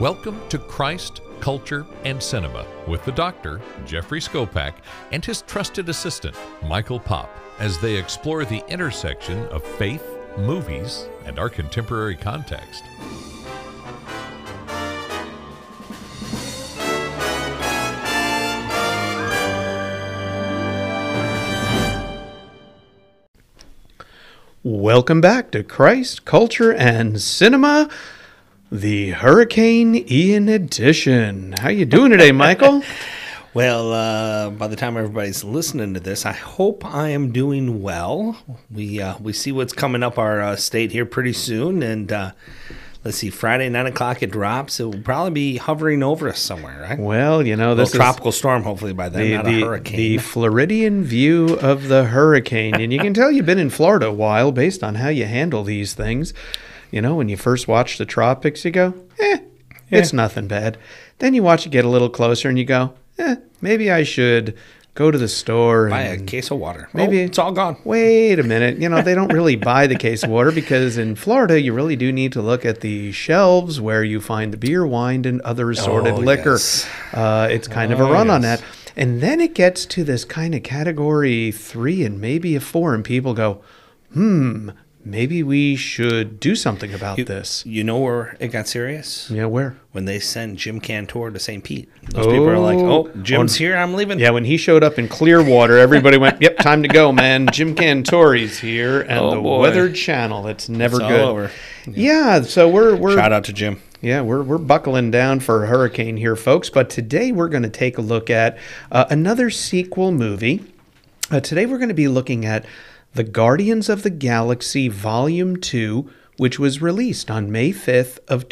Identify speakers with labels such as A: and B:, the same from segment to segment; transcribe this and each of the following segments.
A: Welcome to Christ, Culture, and Cinema with the doctor, Jeffrey Skopak, and his trusted assistant, Michael Pop, as they explore the intersection of faith, movies, and our contemporary context.
B: Welcome back to Christ, Culture, and Cinema, the Hurricane Ian edition. How you doing today, Michael?
C: Well, uh, by the time everybody's listening to this, I hope I am doing well. We uh, we see what's coming up our uh, state here pretty soon, and uh, let's see, Friday nine o'clock it drops. It will probably be hovering over us somewhere, right?
B: Well, you know
C: a
B: this
C: little
B: is
C: tropical storm, hopefully by then,
B: the,
C: not
B: the,
C: a hurricane.
B: the Floridian view of the hurricane, and you can tell you've been in Florida a while based on how you handle these things. You know, when you first watch the tropics, you go, "Eh, it's nothing bad." Then you watch it get a little closer, and you go, "Eh, maybe I should." Go to the store
C: Buy a
B: and
C: case of water.
B: Maybe
C: Maybe it's all gone.
B: Wait a minute. You know, they don't really buy the case of water because in Florida, you really do need to look at the shelves where you find the beer, wine, and other assorted
C: Oh,
B: liquor.
C: yes.
B: Uh, it's kind of a run on that. And then it gets to this kind of category three and maybe a four, and people go, hmm, maybe we should do something about this.
C: You know where it got serious?
B: Yeah, where?
C: When they send Jim Cantor to St. Pete. Those people are like,
B: Oh.
C: "Oh, Jim's here. I'm leaving."
B: Yeah, when he showed up in Clearwater, everybody went, "Yep, time to go, man." Jim Cantori's here, and
C: Oh,
B: the
C: boy.
B: Weather Channel. It's never
C: all
B: good.
C: over.
B: Yeah. so we're we're
C: Shout out to Jim.
B: yeah we're we're buckling down for a hurricane here, folks. But today we're going to take a look at uh, another sequel movie. Uh, today we're going to be looking at the Guardians of the Galaxy Volume Two, which was released on May fifth of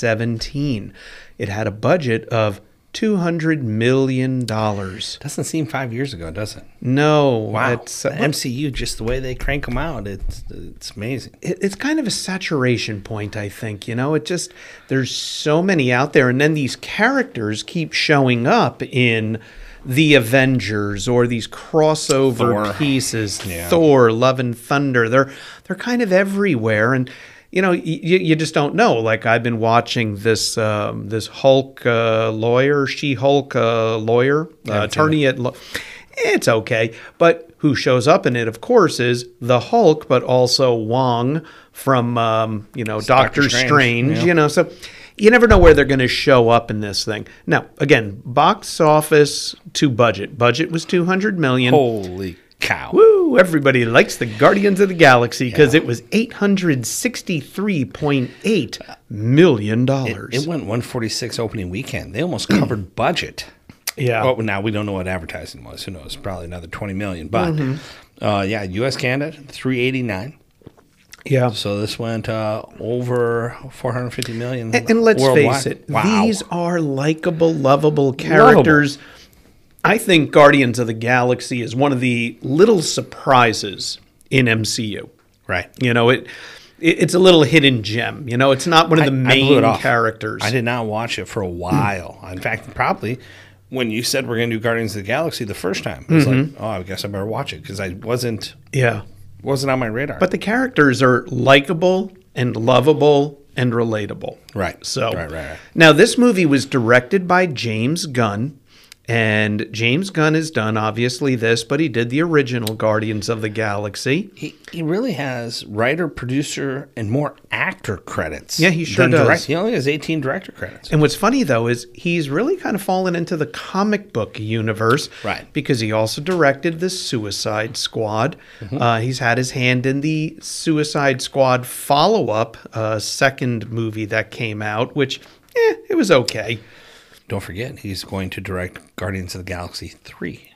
B: 2017. It had a budget of. Two hundred million dollars.
C: Doesn't seem five years ago, does it?
B: No,
C: Wow,
B: it's
C: the MCU just the way they crank them out, it's it's amazing.
B: it- it's kind of a saturation point i think you know it just there's so many out there and then these characters keep showing up in the avengers or these crossover
C: Thor.
B: pieces
C: Yeah.
B: thor love and thunder they're they're kind of everywhere and you know you, you just don't know like i've been watching this um, this hulk uh, lawyer she hulk uh, lawyer uh, attorney at law it's okay. But who shows up in it, of course, is the Hulk, but also Wong from, um, you know, Doctor,
C: Doctor
B: Strange,
C: Strange,
B: you know. So you never know where they're going to show up in this thing. Now, again, box office to budget. Budget was 200 million.
C: Holy cow!
B: Woo! Everybody likes the Guardians of the Galaxy because it was $863.8 million.
C: It went 146 opening weekend. They almost covered budget.
B: Mm. yeah.
C: Well, now we don't know what advertising was. Who knows? Probably another 20 million. But
B: Mm-hmm.
C: uh, yeah, U.S. Canada 389.
B: yeah.
C: So this went uh, over 450 million.
B: And, and let's
C: worldwide.
B: face it,
C: Wow.
B: these are likable, lovable characters. I think Guardians of the Galaxy is one of the little surprises in MCU.
C: right.
B: You know, it, it it's a little hidden gem. You know, it's not one of the
C: I blew it
B: main
C: off.
B: characters.
C: I did not watch it for
B: Mm.
C: a while. In fact, probably when you said we're going to do Guardians of the Galaxy the first time, I was
B: Mm-hmm.
C: like, oh, I guess I better watch it because I wasn't
B: yeah.
C: wasn't on my radar.
B: But the characters are likable and lovable and relatable.
C: Right.
B: So
C: Right, right, right.
B: now this movie was directed by James Gunn. And James Gunn has done obviously this, but he did the original Guardians of the Galaxy.
C: he, he really has writer, producer, and more actor credits.
B: Yeah, he sure
C: than
B: does.
C: direct- he only has 18 director credits.
B: And what's funny though is he's really kind of fallen into the comic book universe,
C: Right.
B: Because he also directed the Suicide Squad.
C: Mm-hmm.
B: Uh, he's had his hand in the Suicide Squad follow-up uh, second movie that came out, which eh, it was okay.
C: Don't forget, he's going to direct Guardians of the Galaxy 3.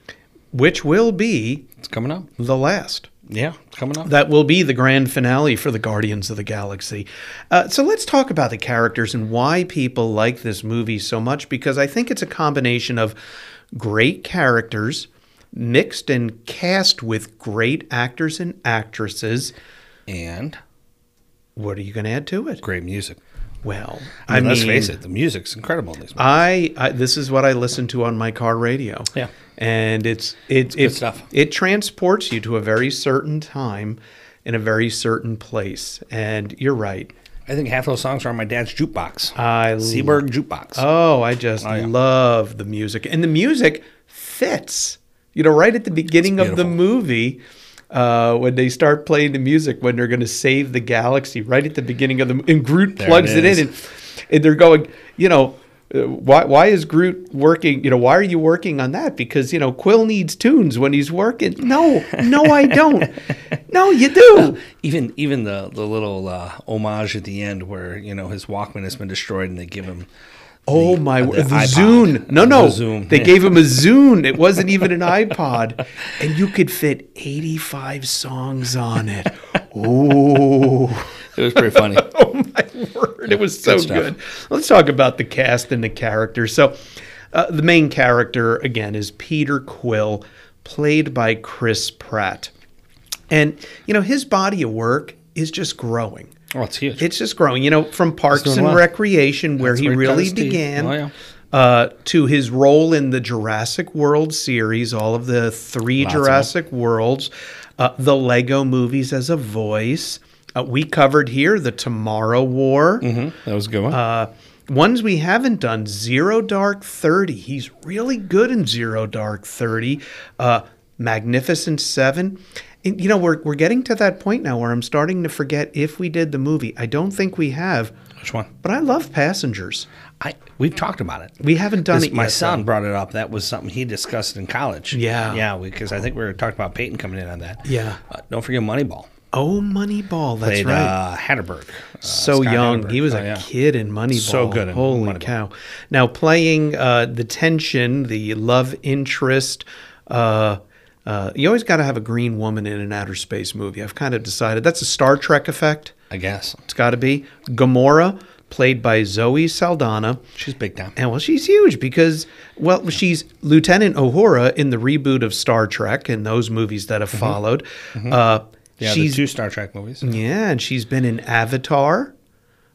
B: Which will be
C: It's coming up.
B: the last.
C: Yeah, it's coming up.
B: That will be the grand finale for the Guardians of the Galaxy. Uh, so let's talk about the characters and why people like this movie so much because I think it's a combination of great characters mixed and cast with great actors and actresses.
C: and
B: What are you going to add to it?
C: great music.
B: Well,
C: I
B: I mean,
C: let's face it, the music's incredible in these movies.
B: I, I this is what I listen to on my car radio.
C: Yeah.
B: and it's it's
C: good
B: it's
C: stuff.
B: It transports you to a very certain time, in a very certain place. And you're right,
C: I think half those songs are on my dad's jukebox.
B: I l-
C: Seaberg jukebox.
B: Uh, Oh, I just love the music. And the music fits. You know, right at the beginning of the
C: beautiful.
B: movie, uh, when they start playing the music, when they're going to save the galaxy, right at the beginning of the and Groot plugs
C: it
B: it,
C: is.
B: in, and, and they're going, you know, uh, why why is Groot working? You know, why are you working on that? Because you know, Quill needs tunes when he's working. No, no, I don't. No, you do.
C: even even the the little uh, homage at the end where you know his Walkman has been destroyed and they give him.
B: Oh my word! The,
C: uh, iPod.
B: Zune. No,
C: The
B: no,
C: Zune.
B: they gave him a Zune. It wasn't even an iPod, and you could fit eighty-five songs on it. Ooh,
C: It was pretty funny.
B: oh my word! It was so
C: Good stuff.
B: good. Let's talk about the cast and the characters. So, uh, the main character again is Peter Quill, played by Chris Pratt, and you know his body of work is just growing.
C: oh, it's huge.
B: It's just growing, you know, from Parks
C: doing
B: and
C: well.
B: Recreation, where
C: That's
B: he
C: where it
B: really
C: comes to you.
B: began,
C: Oh, yeah.
B: uh, to his role in the Jurassic World series, all of the three
C: of
B: Jurassic Worlds, uh, the Lego movies as a voice. Uh, we covered here the Tomorrow War.
C: Mm-hmm. that was a good one.
B: Uh,
C: Mm-hmm.
B: ones we haven't done Zero Dark 30. He's really good in Zero Dark 30. Uh, Magnificent Seven. And, you know, we're, we're getting to that point now where I'm starting to forget if we did the movie. I don't think we have,
C: Which one?
B: but I love Passengers.
C: I we've talked about it.
B: We haven't done
C: This-
B: it
C: my
B: yet,
C: son brought it up. That was something he discussed in college.
B: Yeah.
C: yeah, because I think we were talking about Peyton coming in on that.
B: Yeah.
C: Uh, don't forget Moneyball.
B: Oh, Moneyball. That's
C: Played
B: right.
C: uh, Hatterberg. Uh,
B: so
C: Scott
B: young.
C: Hatterberg.
B: He was
C: Oh,
B: a
C: yeah.
B: kid in Moneyball.
C: So good in
B: Holy
C: Moneyball.
B: cow! Now playing uh, the tension, the love interest. Uh, uh, you always got to have a green woman in an outer space movie. I've kind of decided that's a Star Trek effect.
C: I guess
B: It's got to be Gamora, played by Zoe Saldana.
C: she's big time.
B: And well, she's huge because, well, she's Lieutenant Uhura in the reboot of Star Trek and those movies that have followed. Uh,
C: Mm-hmm. Yeah,
B: she's Mm.
C: the two Star Trek movies.
B: yeah, and she's been in Avatar.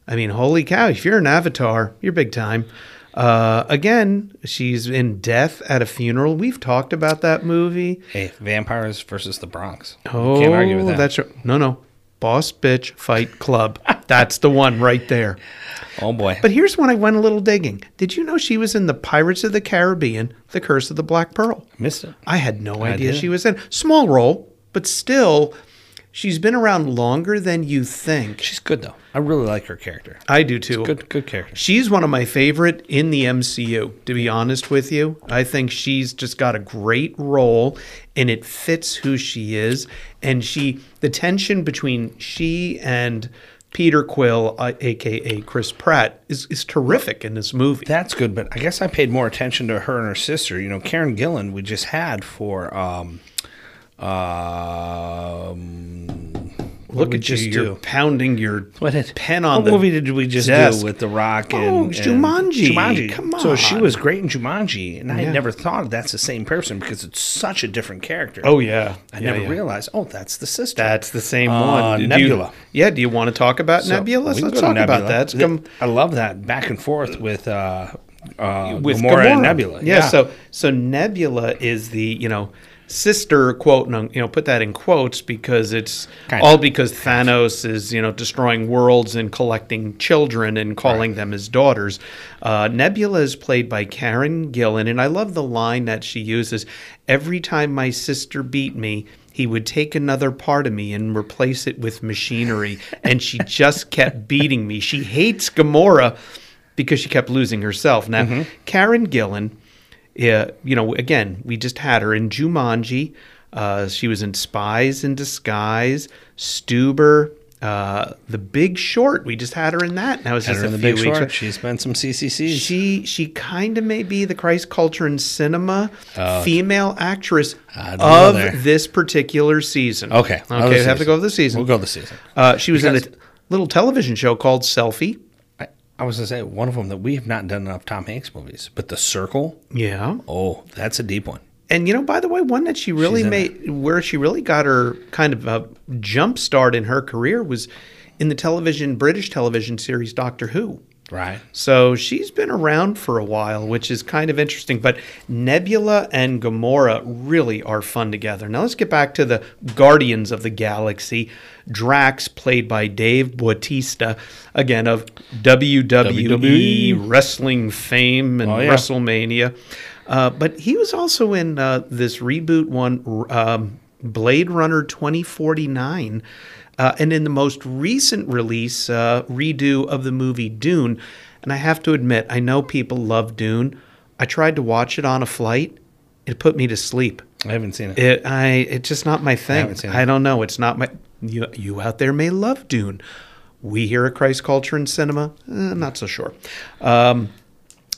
B: I mean, holy cow, if you're an Avatar, you're big time. Uh, again, she's in Death at a Funeral. We've talked about that movie.
C: Hey, vampires versus the Bronx. You
B: Oh,
C: can't argue with that.
B: that's right. no, no. Boss Bitch Fight Club. That's the one right there.
C: oh boy.
B: But here's one I went a little digging. Did you know she was in the Pirates of the Caribbean, The Curse of the Black Pearl?
C: Missed it.
B: I had no idea
C: didn't.
B: she was in. Small role, but still, she's been around longer than you think.
C: She's good though. I really like her character.
B: I do too.
C: Good, good character.
B: She's one of my favorite in the MCU, to be honest with you. I think she's just got a great role and it fits who she is. And she, the tension between she and Peter Quill, uh, aka Chris Pratt, is, is terrific in this movie.
C: That's good, but I guess I paid more attention to her and her sister. You know, Karen Gillan, we just had for um, um what
B: Look
C: did
B: at you,
C: we
B: you're pounding your
C: What did-
B: pen on
C: what
B: the
C: movie did we just
B: desk.
C: do with The Rock? And,
B: Oh,
C: and-
B: Jumanji.
C: Jumanji.
B: Come
C: So she
B: on.
C: was great in Jumanji, and I
B: Yeah.
C: had never thought of that's the same person because it's such a different character.
B: Oh, yeah.
C: I
B: Yeah,
C: never
B: yeah.
C: realized. Oh, that's the sister.
B: That's the same
C: Uh,
B: one. Do you-
C: Nebula.
B: yeah, do you want to talk about
C: So
B: Nebula? Let's,
C: we can
B: let's
C: go to
B: talk about
C: Nebula.
B: that. It's come-
C: I love that back and forth with uh, uh,
B: with
C: Gamora,
B: Gamora.
C: and Nebula.
B: Yeah, So so Nebula is the you know sister quote and you know put that in quotes because it's
C: Kinda.
B: all because Thanos is you know destroying worlds and collecting children and calling them his daughters. Uh, Nebula is played by Karen Gillan, and I love the line that she uses: "Every time my sister beat me." He would take another part of me and replace it with machinery. And she just kept beating me. She hates Gamora because she kept losing herself. Now, Karen Gillan, uh, you know, again, we just had her in Jumanji. Uh, she was in Spies in Disguise, Stuber, uh, The Big Short. We just had her in that. and That was
C: Had
B: just
C: her
B: a
C: in the
B: few weeks.
C: big short.
B: ago.
C: She's been some CCCs.
B: She she kind of may be the Christ culture and cinema female actress
C: Oh. I don't know
B: of
C: there.
B: this particular season.
C: Okay,
B: okay,
C: of
B: we
C: the
B: have to
C: season.
B: go with the season.
C: We'll go this season.
B: Uh, she was in a
C: Because-
B: t- little television show called Selfie.
C: I, I was gonna say one of them that we have not done enough Tom Hanks movies, but The Circle.
B: Yeah.
C: Oh, that's a deep one.
B: And you know, by the way, one that she really
C: She's in
B: made, where she really got her kind of a jump start in her career was in the television British television series Doctor Who.
C: Right.
B: So she's been around for a while, which is kind of interesting. But Nebula and Gamora really are fun together. Now let's get back to the Guardians of the Galaxy. Drax, played by Dave Bautista, again of E WWE,
C: WWE.
B: wrestling fame and
C: Oh, yeah.
B: WrestleMania. Uh, but he was also in uh, this reboot one, r- um, Blade Runner 2049. Uh, and in the most recent release, uh, redo of the movie Dune. And I have to admit, I know people love Dune. I tried to watch it on a flight, it put me to sleep.
C: I haven't seen it.
B: It, I, it's just not my thing.
C: haven't seen it.
B: I, don't know. It's not my. You, you out there may love Dune. We here at Christ Culture and Cinema, eh, not so sure. Um,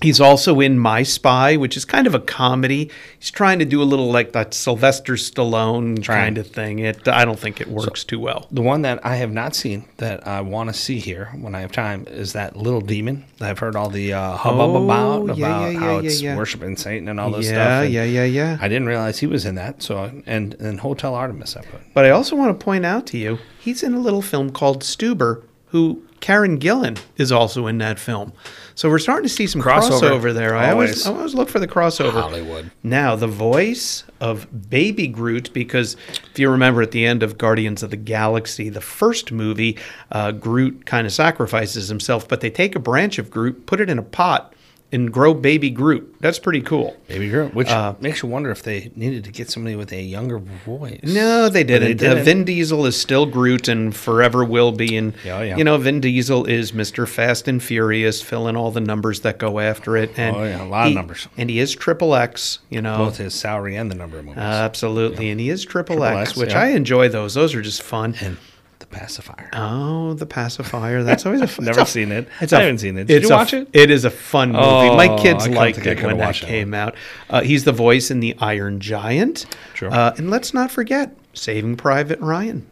B: he's also in My Spy, which is kind of a comedy. He's trying to do a little like that Sylvester Stallone kind of thing. It, I don't think it works too well.
C: The one that I have not seen that I want to see here when I have time is that Little Demon. that I've heard all the uh, hubbub
B: Oh,
C: about
B: yeah,
C: about
B: yeah, yeah,
C: how
B: yeah,
C: it's
B: yeah.
C: worshiping Satan and all this
B: Yeah,
C: stuff. and
B: yeah, yeah, yeah.
C: I didn't realize he was in that. So and and Hotel Artemis I put.
B: But I also want to point out to you, he's in a little film called Stuber, who Karen Gillan is also in that film. So we're starting to see some crossover,
C: Crossover.
B: there. I always,
C: Always.
B: I always look for the crossover.
C: Hollywood.
B: Now, the voice of Baby Groot, because if you remember at the end of Guardians of the Galaxy, the first movie, uh, Groot kind of sacrifices himself, but they take a branch of Groot, put it in a pot, and grow Baby Groot. That's pretty cool.
C: Baby Groot, which
B: Uh,
C: makes you wonder if they needed to get somebody with a younger voice.
B: No, they didn't. Uh,
C: didn't.
B: Vin Diesel is still Groot and forever will be. And,
C: Yeah, yeah.
B: you know, Vin Diesel is Mr. Fast and Furious, fill in all the numbers that go after it. And
C: Oh, yeah, a lot of
B: he-
C: numbers.
B: And he is Triple X, you know.
C: both his salary and the number of movies.
B: Uh, Absolutely. And he is Triple X,
C: X,
B: which
C: yeah.
B: I enjoy those. Those are just fun.
C: and the pacifier.
B: Oh, the pacifier. That's always a fun.
C: Never seen it.
B: It's
C: I
B: a-
C: haven't seen it. Did
B: it's
C: you
B: a-
C: watch it?
B: It is a fun movie. My
C: Oh,
B: kids
C: I don't
B: liked
C: think I
B: it
C: could've
B: when that
C: watched that
B: came out. Uh, he's the voice in the Iron Giant.
C: Sure.
B: Uh, and let's not forget Saving Private Ryan.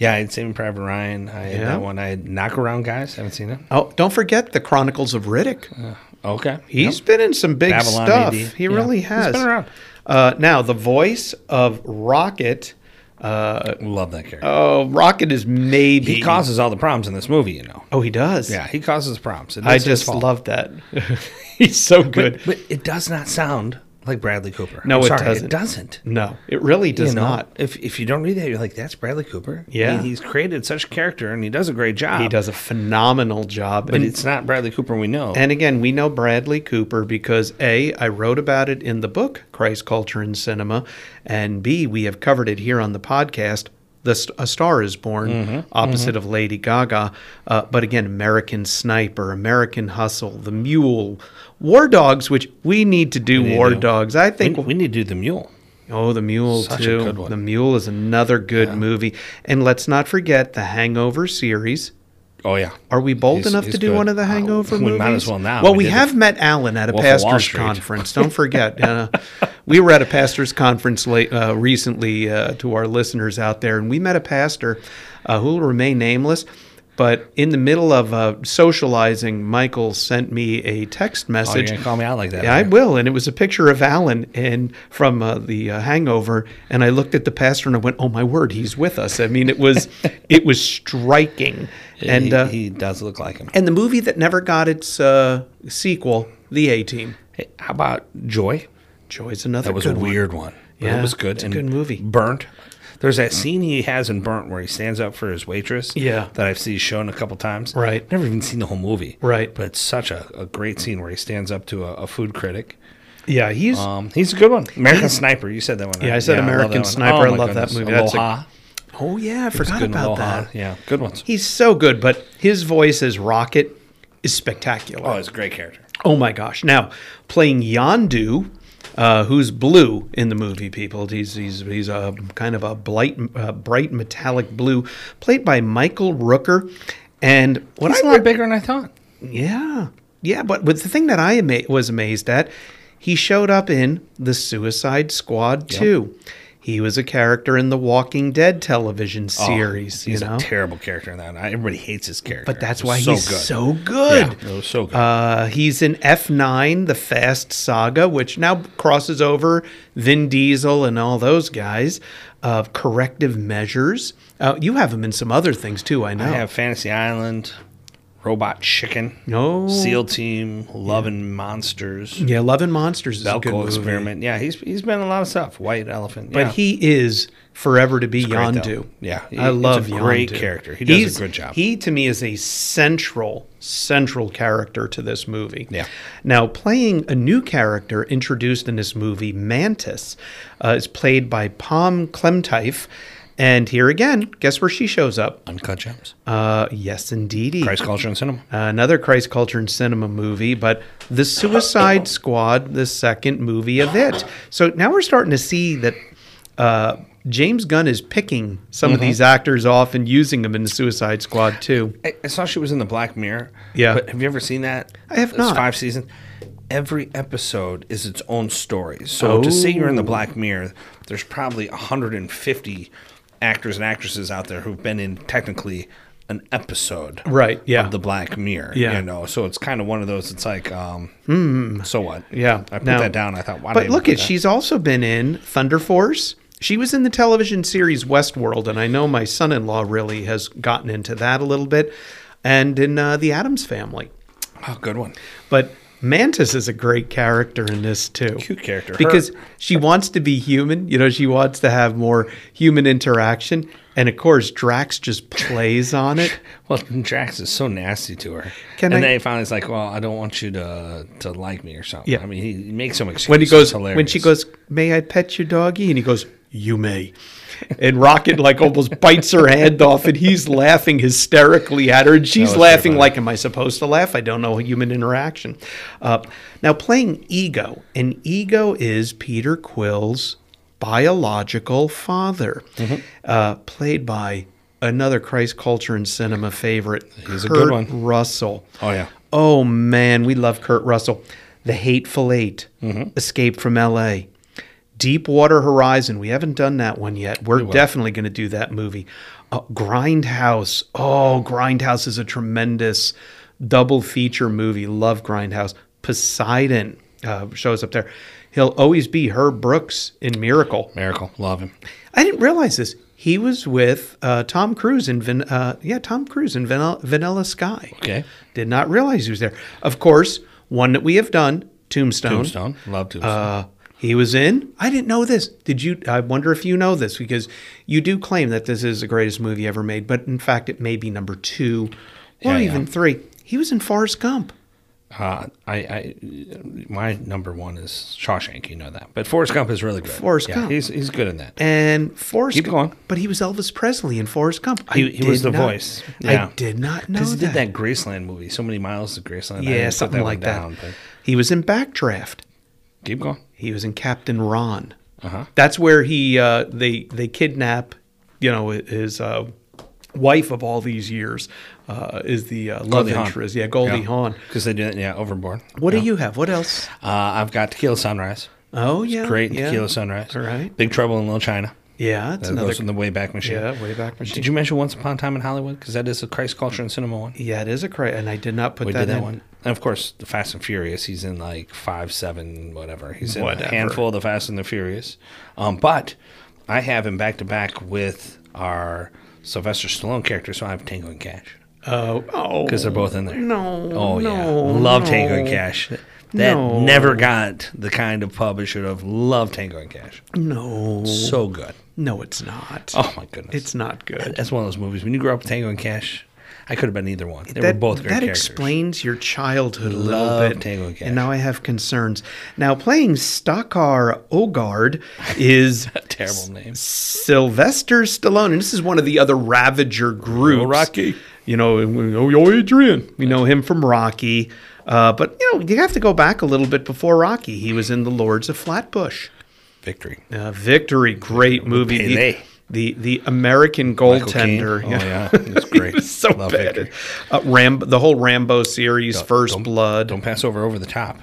C: yeah, I had Saving Private Ryan. I had
B: Yeah.
C: that one. I had Knockaround Guys. Haven't seen it.
B: Oh, don't forget the Chronicles of Riddick.
C: Okay.
B: He's
C: Yep.
B: been in some big
C: Uh, Babylon
B: stuff.
C: AD.
B: He
C: Yeah.
B: really
C: He's
B: has.
C: been around.
B: Uh, now the voice of Rocket. Uh,
C: love that character.
B: oh, Rocket is maybe.
C: he causes all the problems in this movie, you know.
B: Oh, he does.
C: Yeah, he causes problems. It
B: I
C: is his
B: just
C: fault.
B: love that. He's so good.
C: but, but it does not sound like Bradley Cooper.
B: No,
C: I'm
B: it
C: sorry,
B: doesn't.
C: It doesn't.
B: no, it really does
C: you know,
B: not.
C: If if you don't read that, you're like, that's Bradley Cooper.
B: Yeah.
C: He- he's created such a character, and he does a great job.
B: He does a phenomenal job.
C: but
B: and,
C: it's not Bradley Cooper we know.
B: and again, we know Bradley Cooper because A, I wrote about it in the book, Christ Culture and Cinema, and B, we have covered it here on the podcast. The St- A Star is Born,
C: Mm-hmm.
B: opposite of Lady Gaga. Uh, but again, American Sniper, American Hustle, The Mule, War Dogs, which we need to do
C: need
B: War
C: to.
B: Dogs. I
C: we,
B: think
C: we need to do the mule.
B: Oh, The Mule
C: Such a
B: too.
C: good one.
B: The Mule is another good movie, and let's not forget the Hangover series.
C: Oh yeah.
B: Are we bold
C: He's-
B: enough to
C: he's
B: do
C: good.
B: one of the
C: Uh,
B: Hangover
C: we
B: movies?
C: might as well now.
B: Well,
C: We
B: we,
C: did
B: have met Alan at a
C: Wolf of Wall
B: pastors
C: Street.
B: conference. Don't forget, uh, we were at a pastors conference late, uh, recently uh, to our listeners out there, and we met a pastor uh, who will remain nameless. But in the middle of uh, socializing, Michael sent me a text
C: Oh, you're
B: message.
C: gonna call me out like that?
B: Yeah, I
C: aren't you?
B: will. And it was a picture of Alan and from uh, the uh, Hangover. And I looked at the pastor and I went, "Oh my word, he's with us." I mean, it was it was striking. And
C: he,
B: uh,
C: he does look like him.
B: and the movie that never got its uh, sequel, The A Team.
C: Hey, how about Joy?
B: Joy's another
C: That was a
B: good one.
C: weird one. but
B: Yeah,
C: it was good.
B: it's a good movie.
C: Burnt. There's that scene he has in Burnt where he stands up for his waitress.
B: Yeah.
C: That I've seen shown a couple times.
B: Right.
C: Never even seen the whole movie.
B: Right.
C: But it's such a, a great scene where he stands up to a, a food critic.
B: Yeah, he's
C: Um, he's a good one. American Sniper. You said that one.
B: Yeah,
C: right?
B: I said
C: love
B: American
C: that one. Oh
B: Sniper. I
C: my
B: love that movie. That's a-
C: Aloha.
B: Oh yeah, I
C: It's
B: forgot
C: good in
B: about
C: Aloha.
B: that.
C: Yeah, good ones.
B: He's so good, but his voice as Rocket is spectacular.
C: Oh, it's a great character.
B: Oh my gosh! Now playing Yondu, uh, who's blue in the movie, people. He's he's he's a kind of a bright, uh, bright metallic blue, played by Michael Rooker. And what
C: He's a
B: I
C: lot bigger than I thought.
B: yeah yeah, but but the thing that I ama- was amazed at, he showed up in the Suicide Squad too. He was a character in the Walking Dead television
C: Oh,
B: series. you
C: he's
B: know.
C: a terrible character in that. Everybody hates his character.
B: but that's why
C: so
B: he's
C: good.
B: so good.
C: Yeah, it was so good.
B: Uh, he's in F9, the Fast Saga, which now crosses over Vin Diesel and all those guys. Uh, corrective measures. Uh, you have him in some other things too, I know.
C: I have Fantasy Island. Robot Chicken,
B: No.
C: SEAL Team, Love and Monsters,
B: Yeah, Love and Monsters is a good
C: Belko
B: movie.
C: Experiment. Yeah, he's he's been in a lot of stuff. White Elephant.
B: But
C: yeah.
B: he is forever to be
C: great, though.
B: Yondu.
C: Yeah, he-
B: I
C: he's a
B: love
C: great
B: Yondu.
C: character. He does a
B: He's-
C: good job.
B: He to me is a central central character to this movie.
C: Yeah.
B: Now playing a new character introduced in this movie, Mantis, uh, is played by Pom Clemtife. And here again, guess where she shows up?
C: Uncut Gems,
B: Uh, yes, indeedy.
C: Price Culture and Cinema.
B: Uh, another Christ Culture and Cinema movie, but The Suicide Squad, the second movie of it. So now we're starting to see that uh, James Gunn is picking some of these actors off and using them in The Suicide Squad too.
C: I, I saw she was in the Black Mirror.
B: Yeah.
C: but have you ever seen that?
B: I have
C: It's
B: not.
C: Five seasons. Every episode is its own story. So to say you're in the Black
B: Oh.
C: Mirror, there's probably 150 actors and actresses out there who've been in technically an episode,
B: Right, yeah.
C: of the Black Mirror.
B: Yeah.
C: you know. So it's kind of one of those. It's like, um, so what?
B: Yeah,
C: I put
B: no.
C: that down. I thought, why? did I
B: But
C: even
B: look
C: put
B: at
C: that?
B: she's also been in Thunder Force. She was in the television series Westworld, and I know my son-in-law really has gotten into that a little bit, and in uh, the Adams Family.
C: Oh, good one.
B: But Mantis is a great character in this too.
C: Cute character. Her-
B: Because she wants to be human, you know, she wants to have more human interaction. And of course, Drax just plays on it.
C: Well, Drax is so nasty to her.
B: Can
C: and
B: I-
C: then he finally is like, "Well, I don't want you to to like me or something."
B: Yeah.
C: I mean, he makes some excuses.
B: When he goes,
C: It's hilarious.
B: when she goes, may I pet your doggy? And he goes, you may. And Rocket like almost bites her hand off, and he's laughing hysterically at her, and she's
C: was pretty
B: laughing
C: funny.
B: like, "Am I supposed to laugh? I don't know human interaction." Uh, now playing Ego, and Ego is Peter Quill's biological father,
C: Mm-hmm.
B: uh, played by another Christ culture and cinema favorite,
C: He's a
B: Kurt
C: good one.
B: Russell.
C: "Oh yeah,
B: Oh man, we love Kurt Russell. The Hateful 8 Escape from LA, Deepwater Horizon. We haven't done that one yet. We're definitely going to do that movie. Uh, Grindhouse. Oh, Grindhouse is a tremendous double feature movie. Love Grindhouse. Poseidon uh, shows up there. He'll always be Herb Brooks in Miracle.
C: miracle, love him."
B: I didn't realize this. He was with uh, Tom Cruise in Van- uh, yeah Tom Cruise in Vanilla, Vanilla Sky.
C: Okay.
B: did not realize he was there. Of course, one that we have done Tombstone.
C: Tombstone, love Tombstone.
B: Uh, he was in. I didn't know this. Did you? I wonder if you know this because you do claim that this is the greatest movie ever made, but in fact, it may be number two or
C: Yeah, yeah.
B: even three. He was in Forrest Gump.
C: Uh, I, I, my number one is Shawshank. You know that, but Forrest Gump is really good.
B: Forrest
C: yeah,
B: Gump.
C: he's he's good in that.
B: And Forrest
C: Keep
B: Gu-
C: going.
B: but he was Elvis Presley in Forrest Gump. I
C: He- he was
B: did
C: the voice. Yeah.
B: I did not know
C: Because
B: that.
C: he did that Graceland movie, so many miles to Graceland. I didn't
B: Yeah,
C: put
B: something
C: that one
B: like that.
C: down, but
B: He was in Backdraft.
C: keep going.
B: He was in Captain Ron.
C: Uh-huh.
B: That's where he uh, they they kidnap, you know, his uh, wife of all these years uh, is the uh, love interest. Yeah, Goldie Hawn.
C: Because they do that. Yeah, Overboard.
B: What do you have? What else?
C: Uh, I've got Tequila Sunrise.
B: Oh yeah,
C: Great
B: yeah.
C: Tequila Sunrise.
B: All right.
C: Big Trouble in Little China.
B: Yeah, it's
C: That
B: another.
C: goes in the Wayback Machine.
B: Yeah, Wayback Machine.
C: Did you mention Once Upon a Time in Hollywood? Because that is a Christ Culture and Cinema one.
B: yeah, it is a cry, and I did not put
C: We
B: that,
C: did that
B: in.
C: one. And of course, the Fast and Furious. He's in like five, seven, whatever. He's in
B: Whatever.
C: a handful of the Fast and the Furious. Um, but I have him back to back with our Sylvester Stallone character, so I have Tango and Cash
B: Oh, oh,
C: because they're both in there.
B: No,
C: Oh yeah,
B: no,
C: love
B: no.
C: Tango and Cash. That
B: No.
C: never got the kind of pub it should have. Love Tango and Cash.
B: No,
C: So good.
B: no, it's not.
C: Oh my goodness.
B: It's not good.
C: That's one of those movies. When you grow up with Tango and Cash, I could have been either one. They were both great
B: that
C: characters.
B: explains your childhood a
C: Love
B: little bit.
C: Tango and Cash.
B: and now I have concerns. Now playing Stockar Ogard is
C: Terrible name.
B: Sylvester Stallone, and this is one of the other Ravager groups.
C: Oh, Rocky.
B: You know, and we know yo Adrian. We know him from Rocky, uh, but you know you have to go back a little bit before Rocky. He was in The Lords of Flatbush.
C: Victory.
B: Uh, Victory, great movie. The-
C: Pele.
B: The, the American
C: Michael Caine.
B: goaltender.
C: Oh yeah, it's great.
B: It's so
C: Love
B: bad.
C: Victory.
B: Uh, Rambo, the whole Rambo series, 1st
C: don't-
B: Blood,
C: Don't pass over over the top.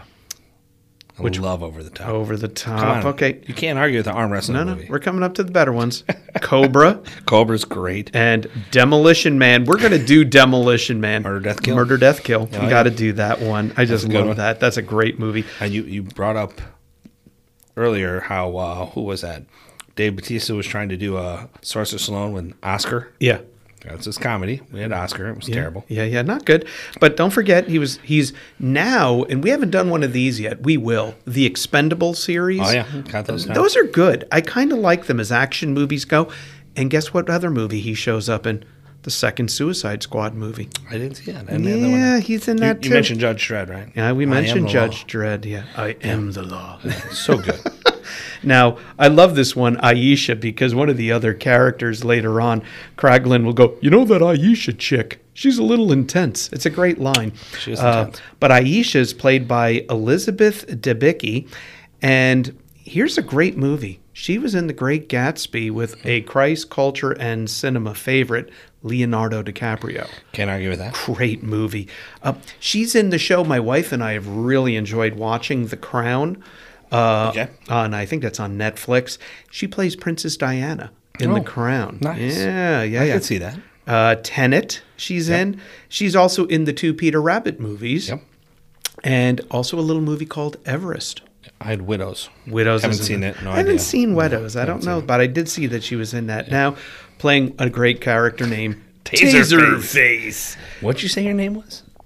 C: I love over the top.
B: over the
C: Come
B: top.
C: on.
B: Oh, uh, Okay,
C: You can't argue with the arm wrestling
B: no, no,
C: movie.
B: we're coming up to the better ones. Cobra
C: Cobra's great.
B: and Demolition Man. We're gonna do Demolition Man.
C: Murder, Death, Kill.
B: Murder, Death, Kill.
C: Oh,
B: we
C: yeah.
B: got to do that one. I just
C: a good
B: love
C: one.
B: that. That's a great movie.
C: And you, you brought up earlier how uh, who was that? Dave Batista was trying to do a Sorcerer Stallone with Oscar.
B: Yeah,
C: That's his comedy. We had Oscar. It was terrible.
B: Yeah, yeah, not good. But don't forget, he was he's now, and we haven't done one of these yet. We will the Expendable series.
C: Oh yeah, got those. Down.
B: Those are good. I kind of like them as action movies go. And guess what other movie he shows up in? The second Suicide Squad movie.
C: I didn't see it. I didn't have that one.
B: Yeah, he's in
C: You,
B: that
C: you
B: too.
C: mentioned Judge Dredd, right?
B: yeah, we
C: I am
B: mentioned
C: the
B: Judge Dredd. Yeah, I am the law.
C: Law. So good.
B: Now, I love this one, Aisha, because one of the other characters later on, Kraglin will go, You know that Aisha chick? She's a little intense. It's a great line. Uh,
C: She is intense.
B: But Aisha is played by Elizabeth Debicki. And here's a great movie. She was in The Great Gatsby with a Christ culture and cinema favorite, Leonardo DiCaprio
C: Can't argue with that.
B: great movie. Uh, she's in the show my wife and I have really enjoyed watching The Crown. Uh,
C: Okay.
B: On I think that's on Netflix. She plays Princess Diana in
C: Oh,
B: The Crown.
C: nice.
B: Yeah, yeah,
C: I
B: yeah.
C: could see that.
B: Uh, Tenet. She's in. She's also in the two Peter Rabbit movies.
C: Yep.
B: And also a little movie called Everest.
C: I had widows.
B: Widows.
C: Haven't
B: is in
C: seen it, no
B: I haven't
C: idea.
B: seen Widows. I don't know, but I did see that she was in that. Now, playing a great character named
C: Taserface.
B: Taserface.
C: What'd you say your name was?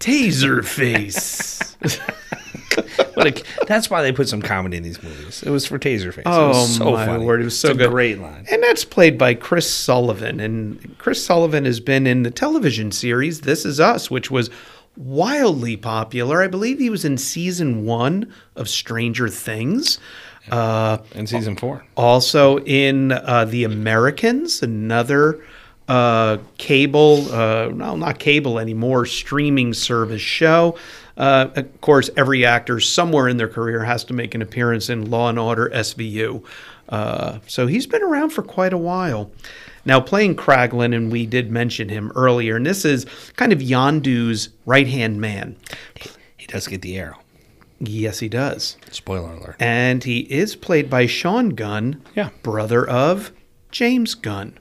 B: Taserface.
C: What a, that's why they put some comedy in these movies. It was for Taserface.
B: Oh
C: it was so
B: my
C: funny.
B: word, it was so
C: it's
B: good.
C: A great line.
B: and that's played by Chris Sullivan. And Chris Sullivan has been in the television series This Is Us, which was wildly popular. I believe he was in season one of Stranger Things. Uh,
C: In season four,
B: also in uh, The Americans, another uh, cable, uh, no, not cable anymore, streaming service show. Uh, of course, every actor somewhere in their career has to make an appearance in Law and Order SVU. Uh, so he's been around for quite a while. Now, playing Kraglin, and we did mention him earlier, and this is kind of Yondu's right hand man.
C: he does get the arrow.
B: Yes, he does.
C: Spoiler alert.
B: And he is played by Sean Gunn,
C: Yeah.
B: brother of James Gunn.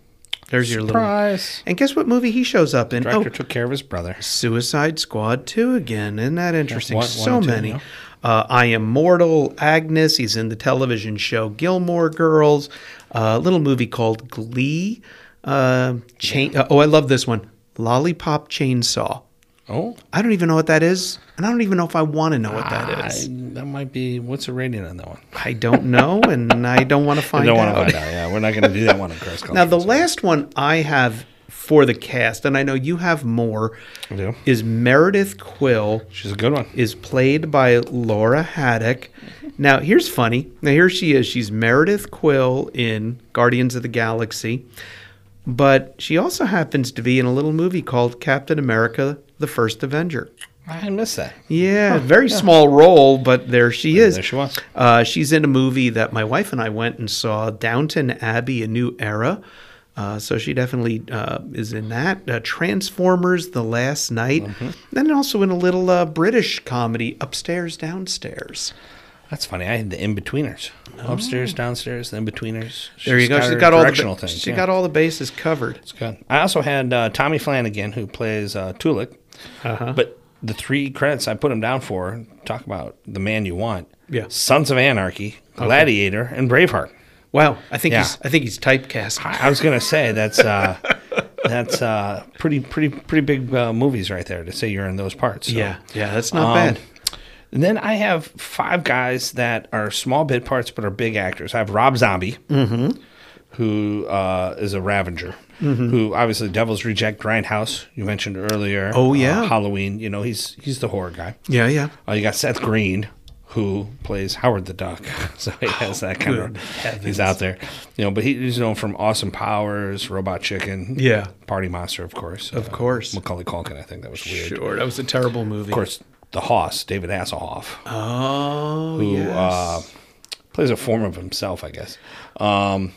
B: There's your
C: Surprise.
B: little. And guess what movie he shows up in?
C: Director
B: oh,
C: took care of his brother.
B: Suicide Squad 2 again. Isn't that interesting?
C: one- one
B: so
C: and two,
B: many.
C: yeah.
B: Uh, I Am Mortal, Agnes. He's in the television show Gilmore Girls, uh, a little movie called Glee. Uh, chain, uh, oh, I love this one Lollipop Chainsaw.
C: Oh,
B: I don't even know what that is, and I don't even know if I want to know what that
C: I,
B: is.
C: that might be. What's the rating on that one?
B: I don't know, and I don't want to
C: I
B: find
C: don't want
B: out.
C: to find out. Yeah, we're not going to do that one on Cross Culture.
B: Now, the last one I have for the cast, and I know you have more,
C: I do.
B: is Meredith Quill
C: She's a good one.
B: is played by Laura Haddock. Now, here's funny. Now, here she is. She's Meredith Quill in Guardians of the Galaxy, but she also happens to be in a little movie called Captain America The First Avenger.
C: I missed that.
B: Yeah, very small role, but there she is.
C: there she was.
B: Uh, she's in a movie that my wife and I went and saw, Downton Abbey: A New Era. Uh, so she definitely uh, is in that. Uh, Transformers: The Last Night,
C: Mm-hmm.
B: and also in a little uh, British comedy, Upstairs Downstairs.
C: That's funny. I had the in betweeners. Upstairs, downstairs, the in betweeners.
B: There you go. She's
C: her
B: got all the
C: directional things.
B: she
C: yeah.
B: got all the bases covered.
C: It's good. I also had uh, Tommy Flanagan, who plays uh, Tulik. But the three credits I put him down for talk about the man you want.
B: Yeah.
C: Sons of Anarchy, Gladiator, and Braveheart.
B: Wow, I think
C: Yeah.
B: he's I think he's typecast.
C: I, I was gonna say that's uh, that's uh, pretty pretty pretty big uh, movies right there to say you're in those parts. so.
B: Yeah, yeah, that's not
C: Um,
B: bad.
C: And then I have five guys that are small bit parts but are big actors. I have Rob Zombie,
B: Mm-hmm.
C: who uh, is a Ravenger, who obviously Devil's Reject, Grindhouse you mentioned earlier.
B: Oh,
C: uh,
B: yeah.
C: Halloween. You know he's he's the horror guy.
B: Yeah, yeah.
C: Uh, you got Seth Green, who plays Howard the Duck, so
B: Oh,
C: he has that kind of. He's out there, you know. But he, he's known from Awesome Powers, Robot Chicken,
B: Yeah.
C: Party Monster, of course,
B: Of course.
C: Macaulay Culkin. I think that was weird. Of
B: Sure, that was a terrible movie. Of
C: course, the Hoss, David Hasselhoff,
B: Uh. Oh,
C: who
B: yes.
C: uh, plays a form of himself, I guess. Um,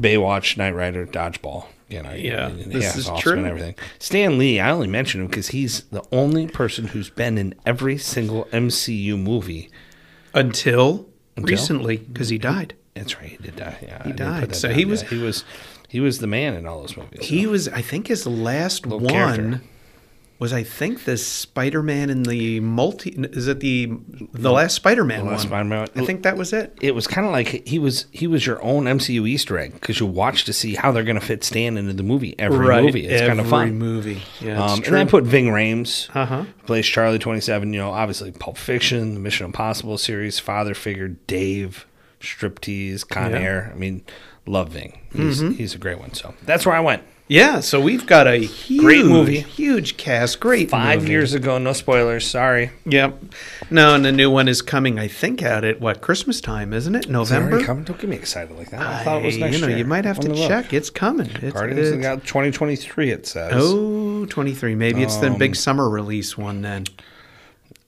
C: Baywatch, Knight Rider, Dodgeball. You know,
B: Yeah,
C: and
B: this is
C: Hasselhoff's
B: true.
C: been everything. Stan Lee, I only mention him because he's the only person who's been in every single MCU movie.
B: until, recently because he died.
C: That's right. He did die. Yeah, he
B: died. So he was-
C: he was he was the man in all those movies.
B: He was, I think, his last one
C: Oh. character.
B: was I think this Spider-Man in the multi is it the the last Spider-Man
C: last
B: one?
C: Spider-Man.
B: I think that was it.
C: It was kind of like he was he was your own MCU Easter egg because you watch to see how they're going to fit Stan into the movie. Every movie, it's kind of
B: Every
C: fun.
B: movie. Yeah, it's
C: Um, and
B: true.
C: I put Ving Rhames,
B: Uh-huh.
C: who plays Charlie 27, you know, obviously Pulp Fiction, the Mission Impossible series, father figure, Dave, striptease, Con
B: Yeah. Mm-hmm.
C: Air. I mean, love Ving. He's, he's a great one. So that's where I went.
B: yeah, so we've got a huge,
C: Great movie.
B: huge cast, great
C: Five
B: movie.
C: years ago, no spoilers, sorry.
B: Yep. No, and the new one is coming. I think out at what Christmas time, isn't it? November.
C: Already coming? Don't get me excited like that. I, thought it was
B: Hey,
C: next
B: you know,
C: year.
B: you might have
C: Let
B: to
C: me look.
B: check. It's coming. It's,
C: Guardians of the
B: it's-
C: Gal- 2023, it says.
B: Oh, 23. Maybe it's
C: Um,
B: the big summer release one then.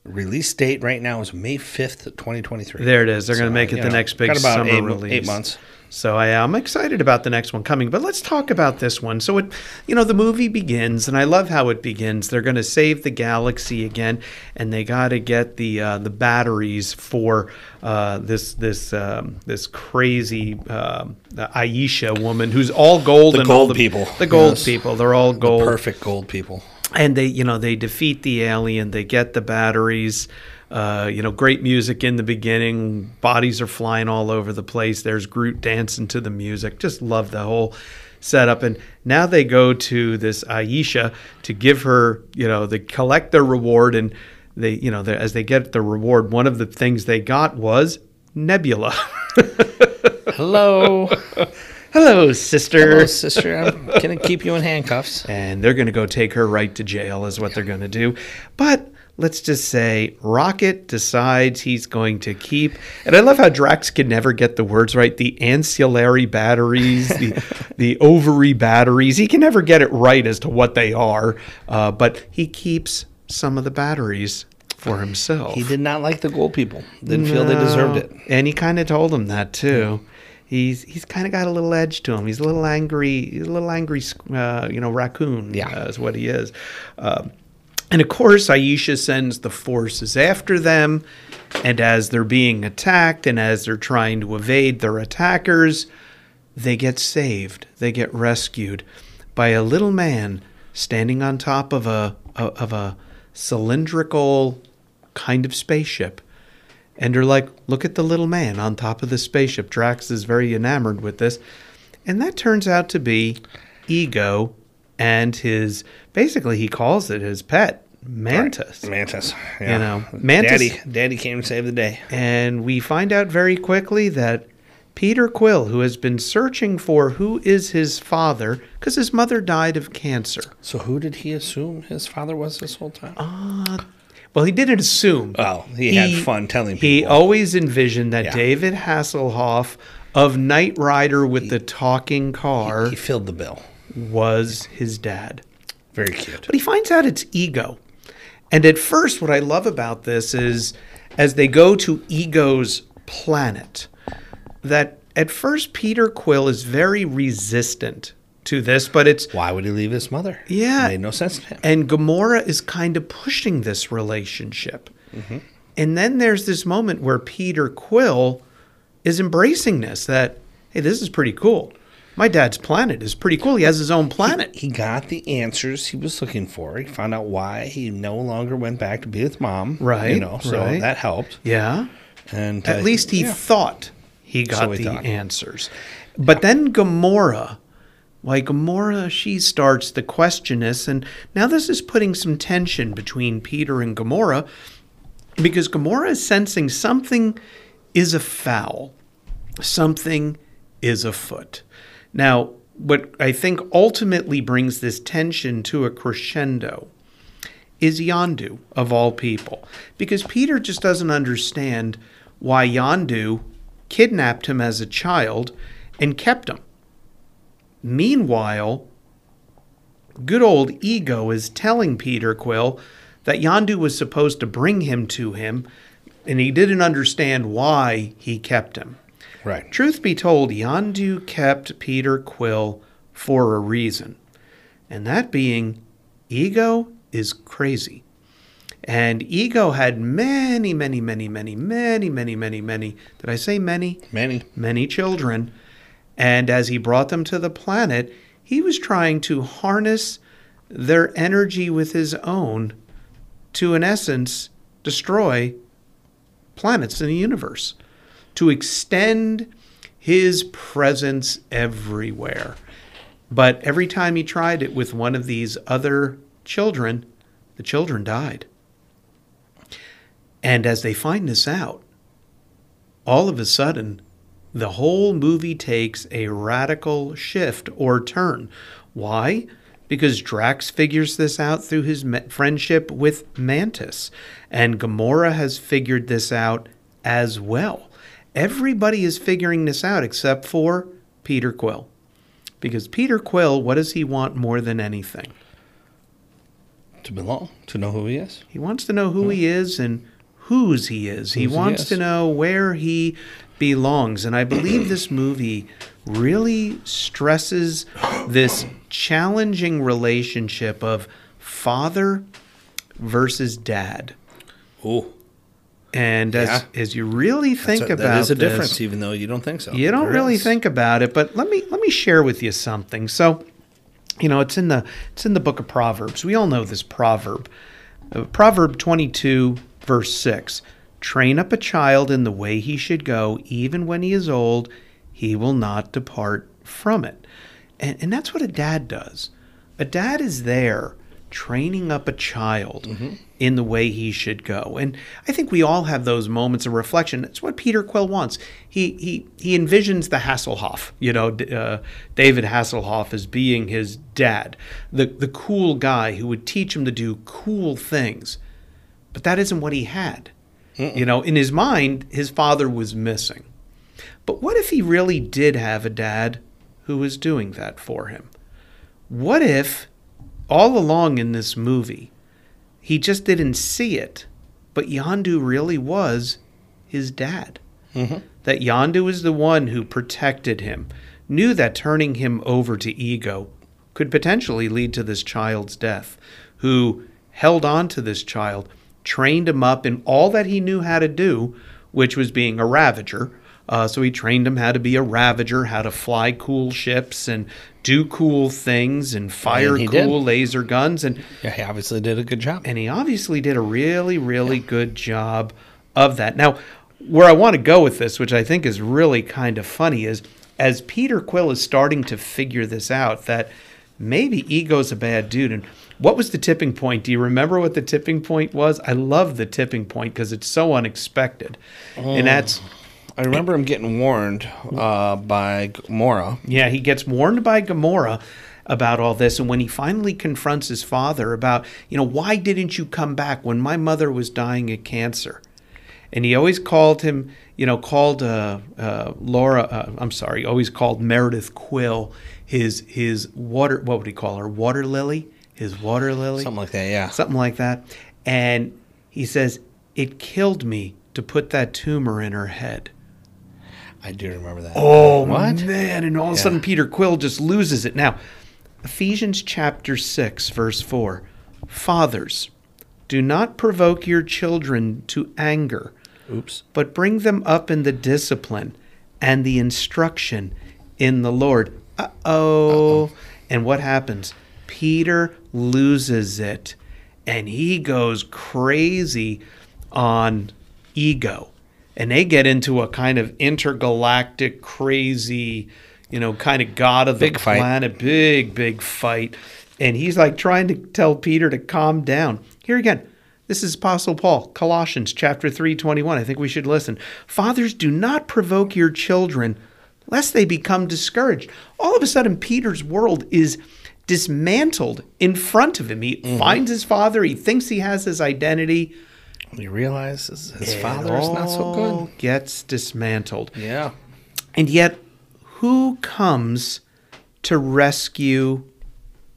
C: Release date right now is May 5th, 2023.
B: There it is. They're going to make it
C: you
B: the
C: know,
B: next big
C: got about
B: summer
C: eight-
B: release.
C: eight months.
B: So I, I'm excited about the next one coming, but let's talk about this one. So it, you know, the movie begins, and I love how it begins. They're going to save the galaxy again, and they got to get the uh, the batteries for uh, this this um, this crazy um, Aisha woman who's all gold. and all
C: gold people.
B: The gold
C: Yes.
B: people. They're all gold
C: Perfect gold people.
B: and they you know they defeat the alien they get the batteries uh, you know great music in the beginning bodies are flying all over the place there's groot dancing to the music just love the whole setup and now they go to this aisha to give her you know they collect their reward and they you know they- as they get the reward one of the things they got was nebula
C: Hello.
B: hello sister
C: Hello, sister. I'm going to keep you in handcuffs.
B: and they're going to go take her right to jail is what they're going to do but let's just say rocket decides he's going to keep and i love how drax can never get the words right the ancillary batteries the, the ovary batteries he can never get it right as to what they are uh, but he keeps some of the batteries for himself
C: He did not like the gold people. Didn't feel they deserved it.
B: and he kind of told him that too. He's he's kind of got a little edge to him. He's a little angry. He's a little angry, uh, you know, raccoon.
C: Yeah.
B: uh, is what he is. Um and of course, Aisha sends the forces after them. And as they're being attacked, and as they're trying to evade their attackers, they get saved. They get rescued by a little man standing on top of a of a cylindrical kind of spaceship. And are like, look at the little man on top of the spaceship. Drax is very enamored with this. And that turns out to be Ego and his, basically, he calls it his pet, Mantis.
C: Mantis. Yeah.
B: You know, Mantis-
C: Daddy, Daddy came to save the day.
B: And we find out very quickly that Peter Quill, who has been searching for who is his father, because his mother died of cancer.
C: So who did he assume his father was this whole time?
B: Well, he didn't assume.
C: Oh, he had fun telling
B: Uh, He
C: people.
B: always envisioned that
C: Yeah.
B: David Hasselhoff of Knight Rider with the talking car
C: he filled the bill.
B: was his dad.
C: Very cute.
B: But he finds out it's ego. And at first, what I love about this is as they go to ego's planet, that at first Peter Quill is very resistant to this, but it's
C: Why would he leave his mother?
B: Yeah.
C: Made no sense to him.
B: and Gamora is kind of pushing this relationship. And then there's this moment where Peter Quill is embracing this that, hey, this is pretty cool. My dad's planet is pretty cool. He has his own planet.
C: he got the answers he was looking for. He found out why he no longer went back to be with mom.
B: Right,
C: You know, so
B: right.
C: that helped.
B: Yeah.
C: And
B: At
C: uh,
B: least he
C: yeah.
B: thought he got
C: he
B: the
C: thought.
B: answers. But then Gamora, why Gamora, she starts to question this, and now this is putting some tension between Peter and Gamora, because Gamora is sensing something is afoul, something is afoot. Now, what I think ultimately brings this tension to a crescendo is Yandu, of all people. Because Peter just doesn't understand why Yandu kidnapped him as a child and kept him. Meanwhile, good old Ego is telling Peter Quill that Yandu was supposed to bring him to him, and he didn't understand why he kept him.
C: Right.
B: Truth be told, Yandu kept Peter Quill for a reason, and that being ego is crazy. And ego had many, many, many, many, many, many, many, many, did I say many?
C: Manny.
B: Many children. And as he brought them to the planet, he was trying to harness their energy with his own to, in essence, destroy planets in the universe, to extend his presence everywhere. But every time he tried it with one of these other children, the children died. And as they find this out, all of a sudden, the whole movie takes a radical shift or turn. Why? Because Drax figures this out through his ma- friendship with Mantis, and Gamora has figured this out as well. Everybody is figuring this out except for Peter Quill. Because Peter Quill, what does he want more than anything?
C: To belong, to know who he is.
B: He wants to know who he is and whose he is. He
C: Whose he
B: wants
C: is.
B: to know where he belongs. And I believe this movie really stresses this challenging relationship of father versus dad.
C: Ooh,
B: And as,
C: Yeah.
B: as you really think
C: So
B: about
C: that is a
B: this,
C: difference, even though you don't think so.
B: you don't
C: There
B: really
C: is.
B: think about it, but let me let me share with you something. So, you know, it's in the it's in the book of Proverbs. We all know this proverb. Uh, proverb 22 verse 6. Train up a child in the way he should go, even when he is old, he will not depart from it. And and that's what a dad does. A dad is there training up a child in the way he should go. And I think we all have those moments of reflection. It's what Peter Quill wants. He he he envisions the Hasselhoff, you know, D- uh, David Hasselhoff as being his dad, the the cool guy who would teach him to do cool things. But that isn't what he had. You know, in his mind, his father was missing. But what if he really did have a dad who was doing that for him? What if all along in this movie, he just didn't see it, but Yandu really was his dad?
C: Mm-hmm.
B: That Yandu is the one who protected him, knew that turning him over to ego could potentially lead to this child's death, who held on to this child, trained him up in all that he knew how to do, which was being a ravager. Uh, so he trained him how to be a ravager, how to fly cool ships and do cool things and fire
C: he did.
B: cool laser guns. And
C: Yeah, he obviously did a good job.
B: and he obviously did a really, really good job of that. Now, where I want to go with this, which I think is really kind of funny, is as Peter Quill is starting to figure this out, that maybe ego's a bad dude. And what was the tipping point? Do you remember what the tipping point was? I love the tipping point because it's so unexpected. And that's,
C: I remember him getting warned uh, by Gamora.
B: yeah, he gets warned by Gamora about all this. And when he finally confronts his father about, you know, why didn't you come back when my mother was dying of cancer? and he always called him, you know, called uh, uh, Laura. Uh, I'm sorry, always called Meredith Quill his his water. What would he call her? Water lily. His water lily.
C: Something like that, yeah.
B: Something like that. And he says it killed me to put that tumor in her head.
C: I do remember that.
B: Oh
C: what?
B: man! And all of a sudden,
C: Yeah.
B: Peter Quill just loses it. Now, Ephesians chapter six, verse four: Fathers, do not provoke your children to anger,
C: Oops.
B: but bring them up in the discipline and the instruction in the Lord. Uh oh. And what happens? Peter loses it and he goes crazy on ego. And they get into a kind of intergalactic, crazy, you know, kind of god of the
C: Big fight.
B: planet, big, big fight. And he's like trying to tell Peter to calm down. Here again, this is Apostle Paul, Colossians chapter 3, 21. I think we should listen. Fathers, do not provoke your children lest they become discouraged. All of a sudden, Peter's world is dismantled in front of him. He
C: Mm-hmm.
B: finds his father, he thinks he has his identity.
C: He realizes his
B: It
C: father is not so
B: all
C: good.
B: Gets dismantled.
C: Yeah.
B: And yet, who comes to rescue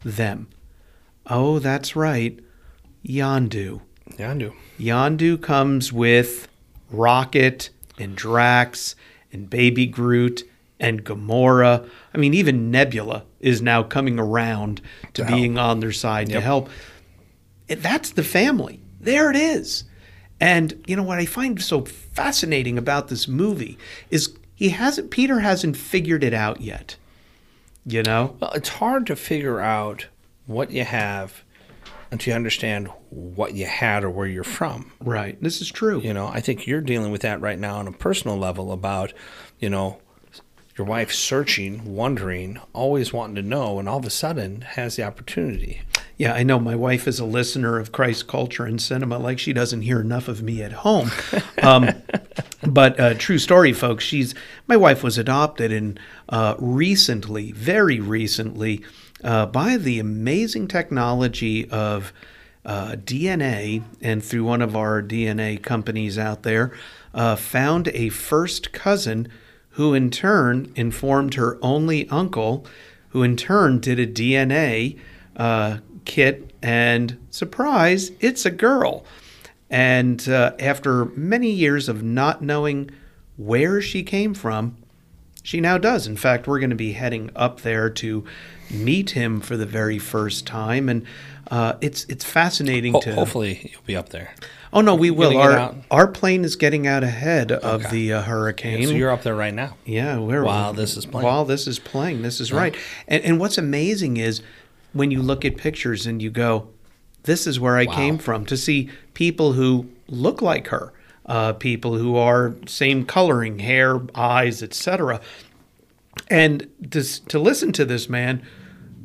B: them? Oh, that's right. Yandu.
C: Yeah, I do.
B: Yandu comes with Rocket and Drax and Baby Groot and Gamora. I mean, even Nebula is now coming around to,
C: help.
B: being on their side to help. And That's the family. There it is. And you know what I find so fascinating about this movie is he hasn't Peter hasn't figured it out yet. You know?
C: Well, it's hard to figure out what you have until you understand what you had or where you're from.
B: Right. This is true.
C: You know, I think you're dealing with that right now on a personal level about, you know, your wife searching, wondering, always wanting to know, and all of a sudden has the opportunity.
B: Yeah, I know my wife is a listener of Christ culture and cinema, like she doesn't hear enough of me at home. Um, but uh, true story, folks. She's my wife was adopted, and uh, recently, very recently, uh, by the amazing technology of uh, DNA, and through one of our DNA companies out there, uh, found a first cousin who, in turn, informed her only uncle, who in turn did a DNA uh, kit, and surprise, it's a girl. And uh, after many years of not knowing where she came from, she now does. In fact, we're going to be heading up there to meet him for the very first time, and uh, it's it's fascinating
C: Ho-
B: to.
C: hopefully, you'll be up there.
B: oh no, we will.
C: get
B: Our
C: out?
B: our plane is getting out ahead of the uh, hurricane.
C: So you're up there right now.
B: Yeah, we're
C: While this is playing.
B: While this is playing, this is right. And and what's amazing is when you look at pictures and you go, "This is where I came from." To see people who look like her, uh, people who are same coloring, hair, eyes, etc., and to s- to listen to this man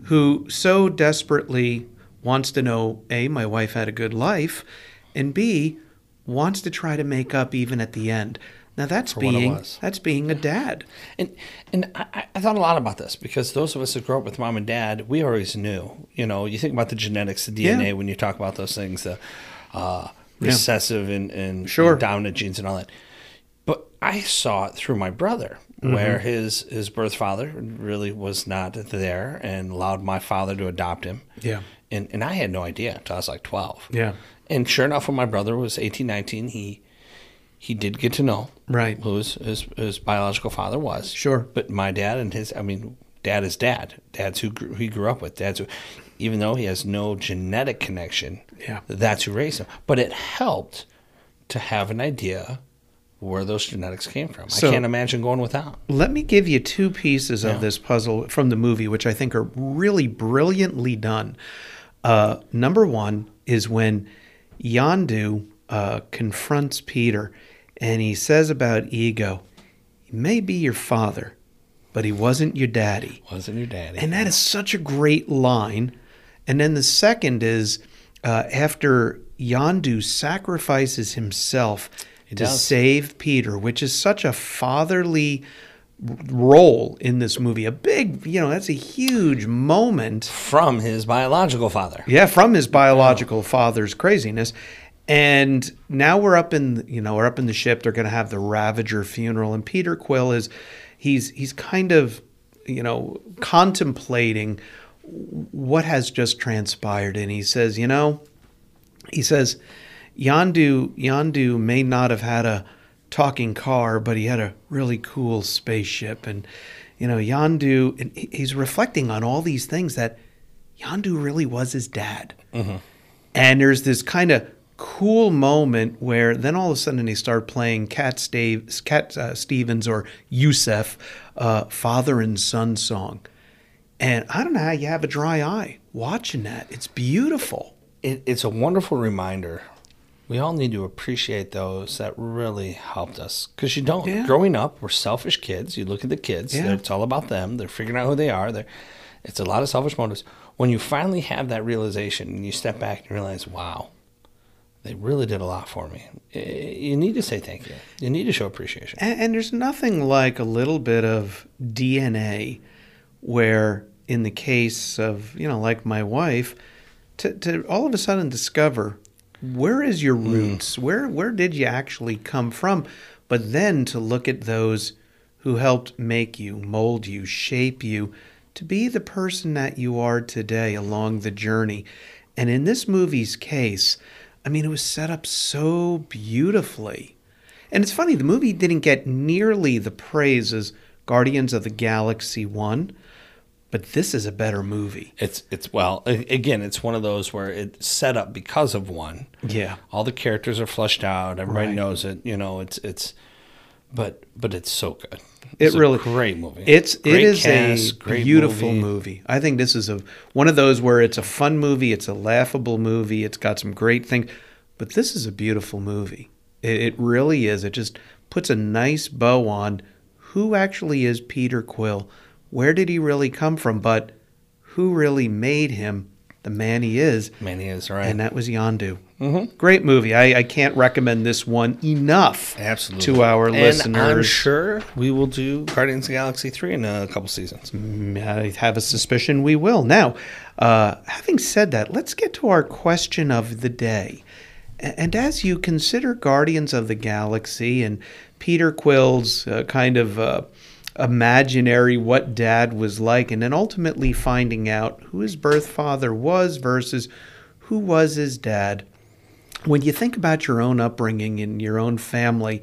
B: who so desperately wants to know: a, my wife had a good life, and b, wants to try to make up even at the end. Now that's
C: what it
B: being
C: was.
B: that's being a dad.
C: And and I- I, I thought a lot about this because those of us that grew up with mom and dad, we always knew. You know, you think about the genetics, the DNA
B: Yeah.
C: when you talk about those things, the uh, recessive and, and
B: Sure.
C: dominant genes and all that. But I saw it through my brother,
B: Mm-hmm.
C: where his his birth father really was not there and allowed my father to adopt him.
B: Yeah.
C: And and I had no idea until I was like twelve.
B: Yeah.
C: And sure enough, when my brother was 18, 19, he he did get to know
B: Right.
C: who his, his, his biological father was.
B: Sure.
C: But my dad and his, I mean, dad is dad. Dad's who, grew, he grew up with. Dad's who, even though he has no genetic connection,
B: Yeah.
C: that's who raised him. But it helped to have an idea where those genetics came from.
B: So-
C: I can't imagine going without.
B: Let me give you two pieces of this puzzle from the movie, which I think are really brilliantly done. Uh, number one is when Yandu uh, confronts Peter and he says about ego, he may be your father, but he wasn't your daddy.
C: Wasn't your daddy.
B: And that is such a great line. And then the second is uh, after Yandu sacrifices himself to
C: does.
B: save Peter, which is such a fatherly r- role in this movie. A big, you know, that's a huge moment.
C: from his biological father.
B: Yeah, from his biological father's craziness. And now we're up in, you know, we're up in the ship. They're going to have the Ravager funeral, and Peter Quill is, he's he's kind of, you know, contemplating what has just transpired, and he says, you know, he says, Yandu Yandu may not have had a talking car, but he had a really cool spaceship, and you know, Yandu, and he- he's reflecting on all these things that Yandu really was his dad. And there's this kind of cool moment where then all of a sudden they start playing Cat, Stave, Cat uh, Stevens or Youssef, uh, father and son song. And I don't know how you have a dry eye watching that. It's beautiful.
C: it, it's a wonderful reminder. We all need to appreciate those that really helped us because you don't.
B: Yeah.
C: Growing up, we're selfish kids. You look at the kids;
B: Yeah.
C: they're- it's all about them. They're figuring out who they are. They're, it's a lot of selfish motives. When you finally have that realization and you step back and realize, wow, they really did a lot for me. Eh, You need to say thank you. You need to show appreciation.
B: And, and there's nothing like a little bit of DNA where, in the case of, you know, like my wife, to, to all of a sudden discover where is your roots? Where, where did you actually come from? But then to look at those who helped make you, mold you, shape you to be the person that you are today along the journey. And in this movie's case, I mean, it was set up so beautifully. And it's funny, the movie didn't get nearly the praise as Guardians of the Galaxy 1, but this is a better movie.
C: It's it's well a- again. It's one of those where it's set up because of one.
B: Yeah.
C: all the characters are fleshed out. Everybody knows it. You know, it's it's but but it's so good.
B: It
C: It's a
B: really-
C: great movie.
B: It's
C: Great
B: it is
C: cast,
B: a
C: great
B: beautiful movie.
C: movie.
B: I think this is a one of those where it's a fun movie, it's a laughable movie, it's got some great things, but this is a beautiful movie. It, it really is. It just puts a nice bow on who actually is Peter Quill, where did he really come from, but who really made him the man he is,
C: Man, he is right.
B: and that was Yondu. Mm-hmm. Great movie. I, I can't recommend this one enough.
C: Absolutely.
B: to our
C: and I'm
B: listeners.
C: sure we will do Guardians of the Galaxy 3 in a couple seasons.
B: I have a suspicion we will. Now, uh, having said that, let's get to our question of the day. A- And as you consider Guardians of the Galaxy and Peter Quill's uh, kind of uh, imaginary what dad was like, and then ultimately finding out who his birth father was versus who was his dad, when you think about your own upbringing and your own family,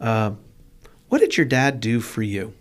B: uh, what did your dad do for you?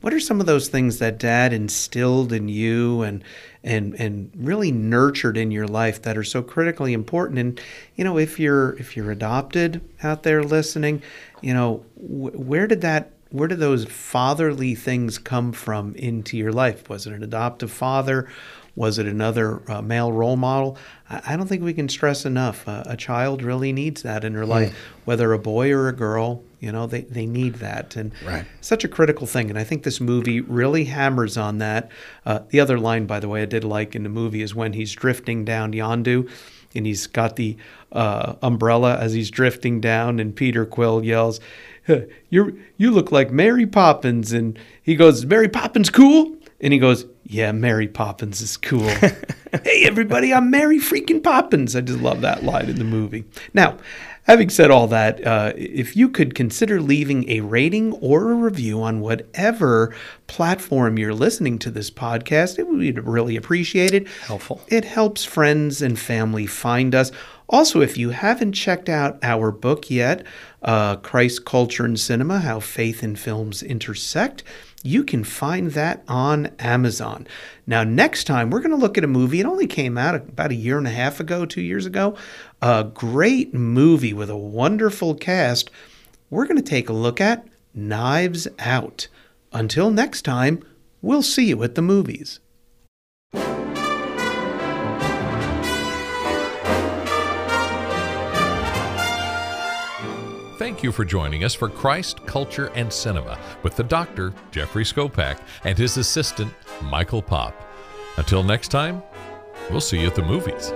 B: What are some of those things that dad instilled in you and and and really nurtured in your life that are so critically important and you know if you're if you're adopted out there listening, you know wh- where did that where did those fatherly things come from into your life? Was it an adoptive father? Was it another uh, male role model? I, I don't think we can stress enough. Uh, a child really needs that in her life, whether a boy or a girl. You know, they, they need that. And
C: Right.
B: such a critical thing. And I think this movie really hammers on that. Uh, the other line, by the way, I did like in the movie is when he's drifting down Yondu and he's got the uh, umbrella as he's drifting down, and Peter Quill yells, you you look like Mary Poppins. And he goes, "Is Mary Poppins cool? And he goes, Yeah, Mary Poppins is cool. hey, everybody, I'm Mary freaking Poppins. I just love that line in the movie. Now, having said all that, uh, if you could consider leaving a rating or a review on whatever platform you're listening to this podcast, it would be really appreciated.
C: Helpful.
B: It helps friends and family find us. Also, if you haven't checked out our book yet, uh, Christ, Culture, and Cinema How Faith and Films Intersect, you can find that on Amazon. Now, next time, we're going to look at a movie. It only came out about a year and a half ago, two years ago. A great movie with a wonderful cast. We're going to take a look at Knives Out. Until next time, we'll see you at the movies.
A: Thank you for joining us for Christ, Culture, and Cinema with the doctor, Jeffrey Skopak, and his assistant, Michael Pop. Until next time, we'll see you at the movies.